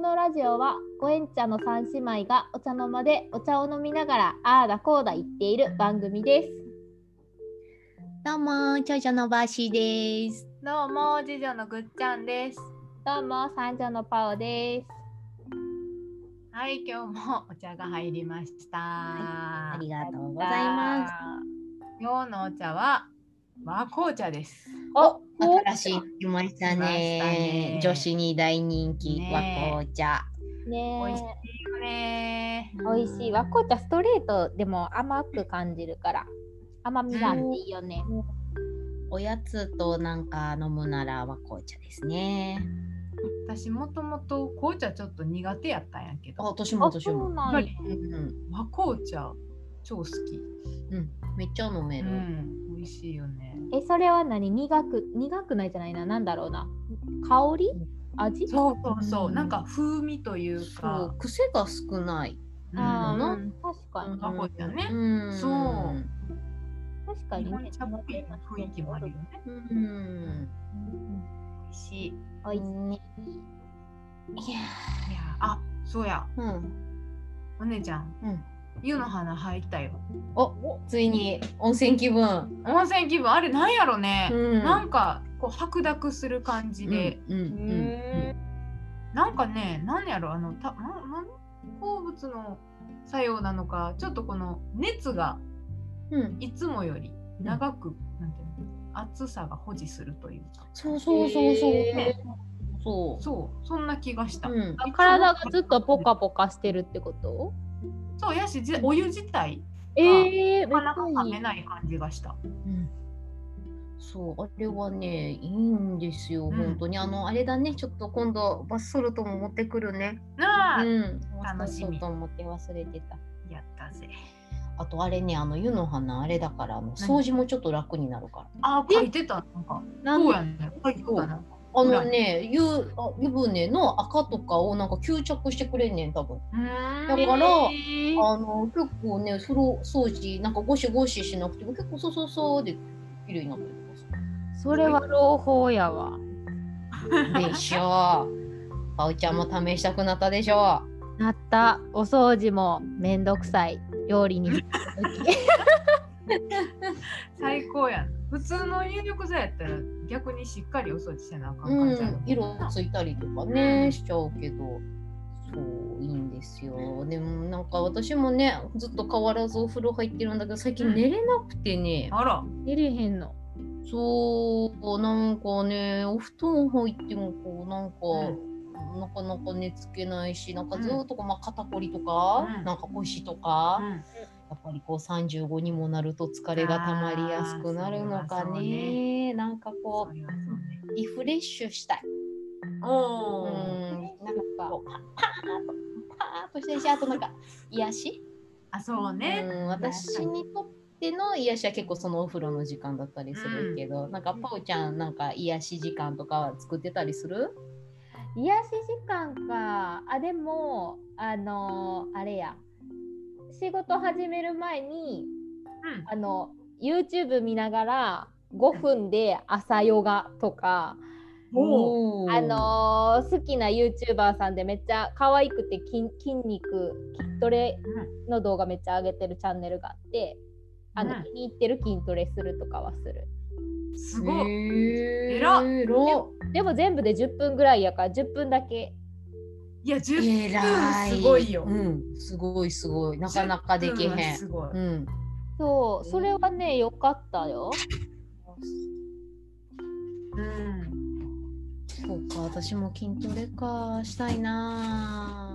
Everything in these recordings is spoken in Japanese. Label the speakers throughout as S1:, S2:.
S1: のラジオはご縁茶の三姉妹がお茶の間でお茶を飲みながらああだこうだ言っている番組です
S2: どうも、長女のバーシーです。
S3: どうも、次女のぐっちゃんです。
S1: どうも三女のパオです
S3: はい、今日もお茶が入りました。
S2: ありがとうご
S1: が
S2: ざいます。
S3: す。今日のお茶は和紅茶です。
S1: お
S2: 新しい来まし
S3: 来ました
S2: たね
S3: ね。
S2: 女子に大人気、
S3: ね
S2: 和紅茶。
S3: 美
S1: ね
S3: 味しいよね。
S1: え美味しい和紅茶ストレートでも甘く感じるから甘みがあっていいよね、
S2: おやつとなんか飲むなら和紅茶ですね。
S3: 私もともと紅茶ちょっと苦手やったんやけ
S2: あ、
S3: ど、
S2: 私も
S1: あ
S2: 私
S1: そう
S2: も。
S1: な
S3: やっ
S1: ん
S3: ぱ
S1: や
S3: り
S2: うん、
S3: 和紅茶超好き。
S2: めっちゃ飲め
S3: う
S2: る。
S3: ん、美味しいよね。
S1: えそれは何苦く苦くないじゃないななんだろうな香り味
S3: そうそうそう、
S2: うん
S3: なんか風味という
S2: そ
S3: か
S2: う、、癖が少ない。
S3: うん
S1: あー
S3: うん
S1: 確かに
S3: 和紅茶ね
S2: うん、
S3: そう
S1: 確か
S3: 日
S1: に
S3: 本
S1: ね
S3: 茶っぽい雰囲気もあるよね。
S2: うん。
S3: 美味しい。い
S1: 美味しい
S2: いや
S3: やー、あ、そうや。
S2: ー、うん、
S3: お姉ちゃん、
S2: うん
S3: 湯の花入ったよ。
S2: お、ついに温泉気分。
S3: 温泉気分、あれなんやろね。
S2: うん
S3: なんか、こう白濁する感じで、
S2: うん、うん、
S1: へ
S3: なんかね、なんやろ、あの、た、な、なん、鉱物の作用なのか、ちょっとこの熱が
S2: うん、うん。
S3: いつもより長く、なんていうの、暑さが保持するというか。
S2: そうそうそうそう。
S1: へ
S2: そ
S3: そう、そんな気がした。
S2: う。うん。
S1: 体がずっとポカポカしてるってこと
S3: そうやし、じお湯自体、
S1: ええー、
S3: なかなか冷
S1: め
S3: めない感じがした。
S2: うんそうあれはねいいんですよ、
S3: ん
S2: 本当にあのあれだねちょっと今度バスソルトも持ってくるね
S3: なあ、
S2: うん
S3: 楽しみ
S2: バスソルト持って忘れてた
S3: やったぜ。
S2: あとあれねあの湯の花あれだからあの掃除もちょっと楽になるから
S3: あ、書いてた、なんか。
S1: なん
S3: そう
S1: で
S3: やね。書いてたな。
S2: あのね湯あ湯船の赤とかをなんか吸着してくれんねん多分
S3: うーん
S2: だから
S3: えー
S2: あの結構ね風呂掃除なんかゴシゴシしなくても結構そうそうそうで綺麗になってます
S1: それは朗報やわ
S2: でしょう。パウちゃんも試したくなったでしょ
S1: なったお掃除もめんどくさい料理に
S3: 最高やん。普通の入力剤やったら逆にしっかりお掃除せなあか
S2: う。
S3: ん感じやろ
S2: ん、色ついたりとかね、しちゃうけど。そう、いいんですよ。でも、なんか私もね、ずっと変わらずお風呂入ってるんだけど、最近寝れなくてね。
S3: あら、
S1: 出れへんの
S2: そう、なんかね、お布団入っても、こう、なんか。
S3: うん
S2: なかなか寝つけないしなんか
S3: うん
S2: ずっとこう、まあ、肩こりとか、
S3: うん
S2: なんか腰とか、
S3: う
S2: や
S3: ん
S2: っぱりこう35にもなると疲れがたまりやすくなるのか
S3: あーそれはそう
S2: ね
S3: ね
S2: なんかこう
S3: それはそうね
S2: リフレッシュしたい。う
S3: おー
S2: ん、なんかこうパパーッとパーッとしたいし、あとなんか癒し。
S3: あ、そう
S2: う
S3: ね。
S2: ん、私にとっての癒しは結構そのお風呂の時間だったりするけど、なんかパオちゃんなんか癒し時間とかは作ってたりする？
S1: 癒し時間かあでもあのーあれや仕事始める前に
S3: うん
S1: あの YouTube 見ながら5分で朝ヨガとか、
S3: おー
S2: おー
S1: あのー好きな YouTuber さんでめっちゃ可愛くて筋筋肉筋トレの動画めっちゃ上げてるチャンネルがあってあの、
S3: うん
S1: 気に入ってる筋トレするとかはする
S3: すごい。
S2: え
S3: えらっ
S2: えら
S1: でも全部で10分ぐらいやから10分だけ
S3: いや、十
S2: えら
S3: すごいよ
S2: うん、すごいすごい。なかなかできへん。
S3: すごい。
S2: うん。
S1: そうそれはねよかったよ
S3: うん。
S2: そうか、私も筋トレかしたいな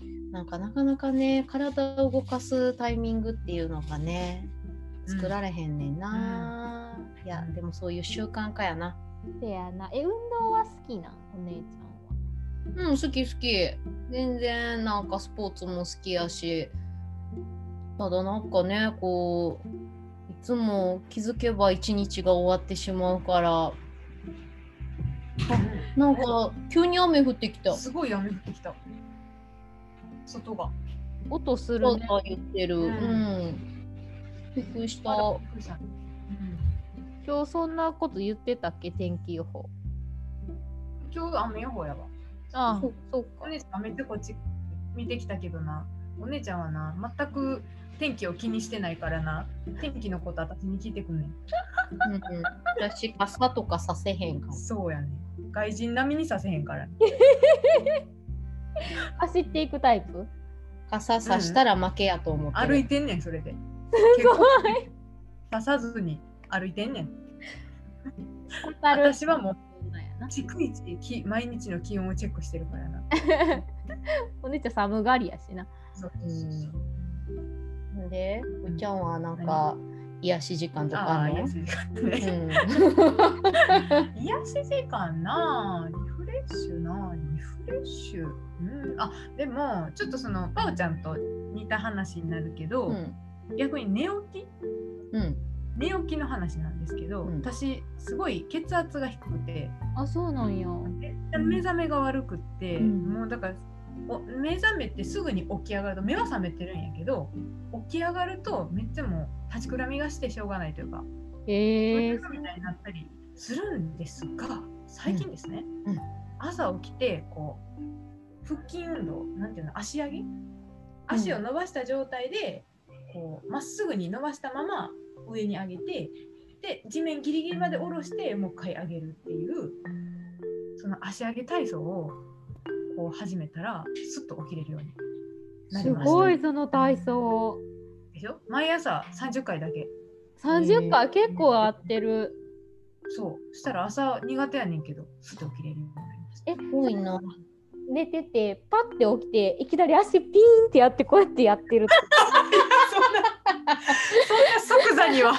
S2: ぁ。なんかなかなかね、体を動かすタイミングっていうのがね、作られへんねんなぁ、いや、でもそういう習慣化やな。
S1: せやなえ運動は好きなんお姉ちゃんは
S2: うん、好き好き。全然なんかスポーツも好きやし。ただなんかね、こう、いつも気づけば一日が終わってしまうから、なんか急に雨降ってきた。
S3: すごい雨降ってきた。外が。
S1: 音す
S2: そ
S1: る
S2: う
S1: ね
S2: そう言ってる。う
S3: うん
S2: ん。びっくりした。
S3: びっくりした
S1: 今日そんなこと言ってたっけ天気予報
S3: 今日雨予報やわ。
S1: あ
S2: そうそう
S3: お
S2: か。
S3: 姉ちゃんはめっちゃこっち見てきたけどなお姉ちゃんはな全く天気を気にしてないからな天気のこと私に聞いてくんねん
S2: うんうん、私、傘とかさせへんかも。
S3: そうやねん外人並みにさせへんから、
S1: 走っていくタイプ
S2: 傘さしたら負けやと思ってる。
S3: 歩いてんねんそれで
S1: すごい
S3: 刺さずに歩いてんねん
S1: 当たる
S3: 私はもう
S2: そうやな
S3: 逐一き毎日の気温をチェックしてるからな
S1: お姉ちゃん寒がりやしな
S3: そう
S2: うんで、うっちゃんはなんか癒し時間とか
S3: あ
S2: あ
S3: あ
S2: る
S3: 癒
S2: の
S3: し時間ね癒し時間なあリフレッシュなあリフレッシュうんあでもちょっとそのパオちゃんと似た話になるけど、
S2: うん。うん
S3: 逆に寝起き
S2: うん。
S3: 寝起きの話なんですけど、
S2: うん
S3: 私すごい血圧が低くて
S1: あそうなんや
S3: で目覚めが悪くって、
S1: うん
S3: もうだからお目覚めてすぐに起き上がると目は覚めてるんやけど起き上がるとめっちゃもう立ちくらみがしてしょうがないというか、
S1: へえ
S3: そういうみたいになったりするんですが最近ですね、
S2: うん
S3: 朝起きてこう腹筋運動なんていうの足上げ足を伸ばした状態でこうまっすぐに伸ばしたまま上に上げてで地面ギリギリまで下ろしてもう一回上げるっていうその足上げ体操をこう始めたらすっと起きれるようになり
S1: す
S3: ました。
S1: ごいその体操
S3: でしょ毎朝30回だけ
S1: 30回結構合ってる
S3: そうしたら朝苦手やねんけどすっと起きれるようになりました。
S1: え
S2: すごいな。
S1: 寝ててパッて起きていきなり足ピーンってやってこうやってやってる
S3: そんな即座には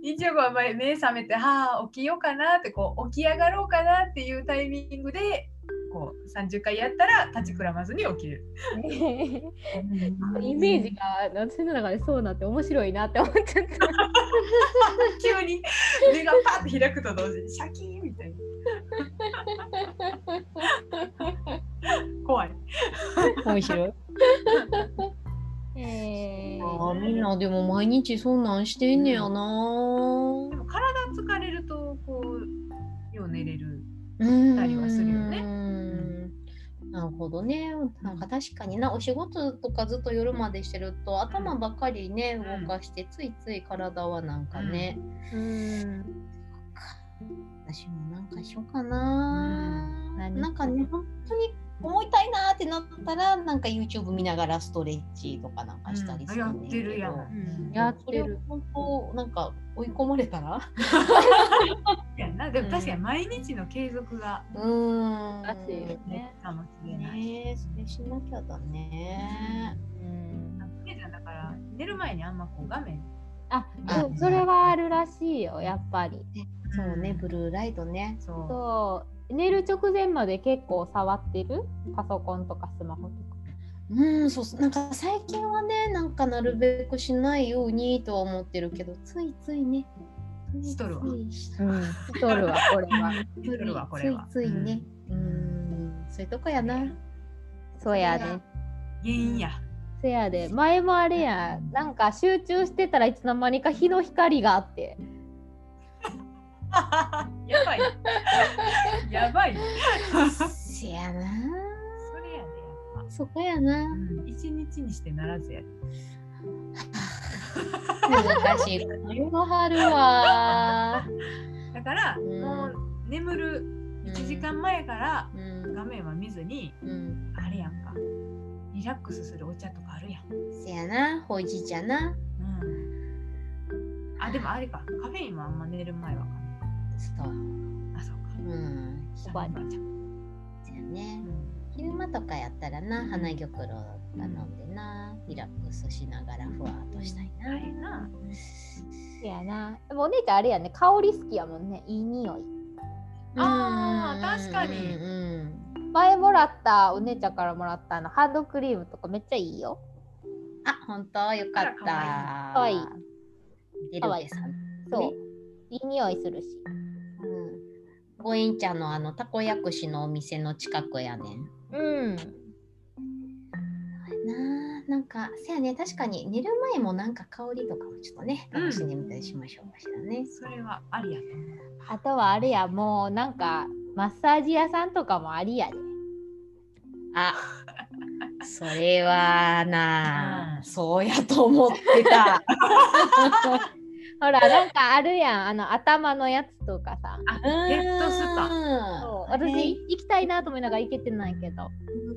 S3: 一応は前目覚めてはあ起きようかなってこう起き上がろうかなっていうタイミングでこう30回やったら立ちくらまずに起きる
S1: イメージが私の中でそうなって面白いなって思っちゃった
S3: 急に目がパッて開くと同時にシャキーンみたいな怖い
S2: 面白い。
S1: え
S2: あーみんなでも毎日そんなんしてんねやな。
S3: でも体疲れるとこうよう寝れる
S2: うん
S3: たりはするよね
S2: なるほどね。なんか確かにな、お仕事とかずっと夜までしてると、頭ばっかりね、
S3: うん
S2: 動かして、ついつい体はなんかね、
S1: うん
S2: 私もなんかしようかな
S1: う。ん何
S2: なんかね、本当に思いたいなーってなったら、なんか YouTube 見ながらストレッチとかなんかしたりする
S3: や
S2: ね
S3: っ
S2: んけ
S3: て
S2: ど
S3: るやん、
S1: やって
S2: それ
S1: る
S2: を本当、なんか追い込まれたら、
S3: やんなでも確かに毎日の継続が
S2: うーん。
S1: らしいよね
S3: かもしれない。
S2: ねえ、それしなきゃだね。
S1: うん
S3: けじゃんだから寝る前にあんまこう画面
S1: あ
S2: あ
S1: そうそれはあるらしいよやっぱり
S2: そうね、ブルーライトね。
S3: そう
S1: そう寝る直前まで結構触ってるパソコンとかスマホとか
S2: うん、そうそうなんか最近はねなんかなるべくしないようにとは思ってるけどついついね
S3: しとるわ
S2: ついついし
S1: うんしとるわこれは
S3: 寝るわこれは。
S2: ついついねうんそういうとこやな
S1: そうやね
S3: 原因や。
S1: せやで前もあれやなんか集中してたらいつの間にか日の光があって
S3: やばい。やばい。
S2: せや
S3: それや
S2: な
S3: でやっぱ。
S2: そこやな
S3: うん一日にしてならずやで。
S2: 難しいこれは 春は
S3: だから
S2: うん
S3: もう眠る1時間前から
S2: うん
S3: 画面は見ずに
S2: うん
S3: あれやんか。リラックスするお茶とかあるやん。
S2: せやなほうじ茶な
S3: うんあでもあれかカフェインはあんま寝る前はあかん
S2: そう
S3: あそうか。
S2: うん
S1: 終わり
S2: せやね
S3: うん
S2: 昼間とかやったらな花玉露頼んでなリラックスしながらふわっとしたい
S3: あ
S2: な
S3: れな。
S1: せやなでもお姉ちゃんあれやね香り好きやもんねいい匂い
S3: あー確かに
S2: うん
S1: 前もらったお姉ちゃんからもらったあのハンドクリームとかめっちゃいいよ
S2: あ本当よかった
S1: 可愛い
S2: デ
S1: 可
S2: ル
S1: 愛
S2: ベ
S1: い
S2: さん
S1: そう
S2: ね
S1: いい匂いするし
S2: うんご縁ちゃんのあのたこ焼くしのお店の近くやねん
S1: うん
S2: なあなんかせやね確かに寝る前もなんか香りとかもちょっとね楽しんでみたりしましょうかしらね、
S3: それはありやと思う。
S1: あとはあれやもうなんかマッサージ屋さんとかもありやで。
S2: あそれはな
S3: う
S2: あ
S3: ん
S2: そうやと思ってた
S1: ほら、なんかあるやん、あの頭のやつとかさ。
S3: あ、
S2: うん
S3: ヘッドスパ。
S1: そう
S2: あれ
S1: 私、行きたいなと思いながら行けてないけど。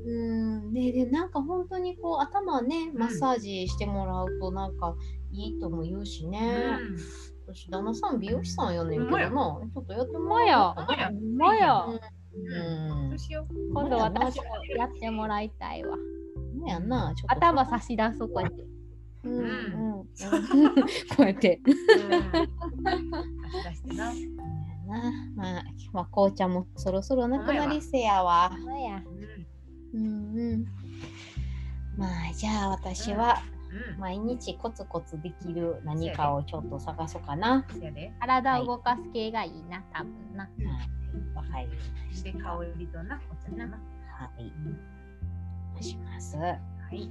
S2: うんねでなんか本当にこう頭ねマッサージしてもらうとなんかいいとも言うしね、
S3: うん
S2: 私旦那さん美容師さんやねんけど
S3: ほ
S2: なんちょっとやって
S1: ほん
S2: も
S1: ま
S2: らお
S1: や
S2: う。
S3: ほんまや
S1: ほんまや。
S2: うん
S3: そうしよう。
S1: 今度私もやってもらいたいわ。
S2: ほんまやなちょっと
S1: 頭差し出そう、こうやって。
S2: うんうん
S3: う
S2: うんこうやって
S3: 足出してな。う
S2: なまあ、まあ、紅茶もそろそろなくなりせやわ。
S1: ほんまや。
S3: んうん
S2: うんうん。まあ、じゃあ私は毎日コツコツできる何かをちょっと探そうかな。
S3: せやで。
S1: 体を動かす系がいいな、多分な。
S3: うん
S2: はい、わかりま
S3: で、
S2: した。
S3: 香りとな、お茶だな。は
S2: はい。します。
S3: い。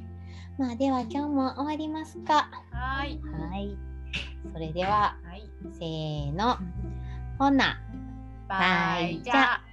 S2: まあ、では今日も終わりますか。
S3: はーい。
S2: はい。それでは、
S3: はい。
S2: せーの。ほな。
S3: バイ。じゃあ。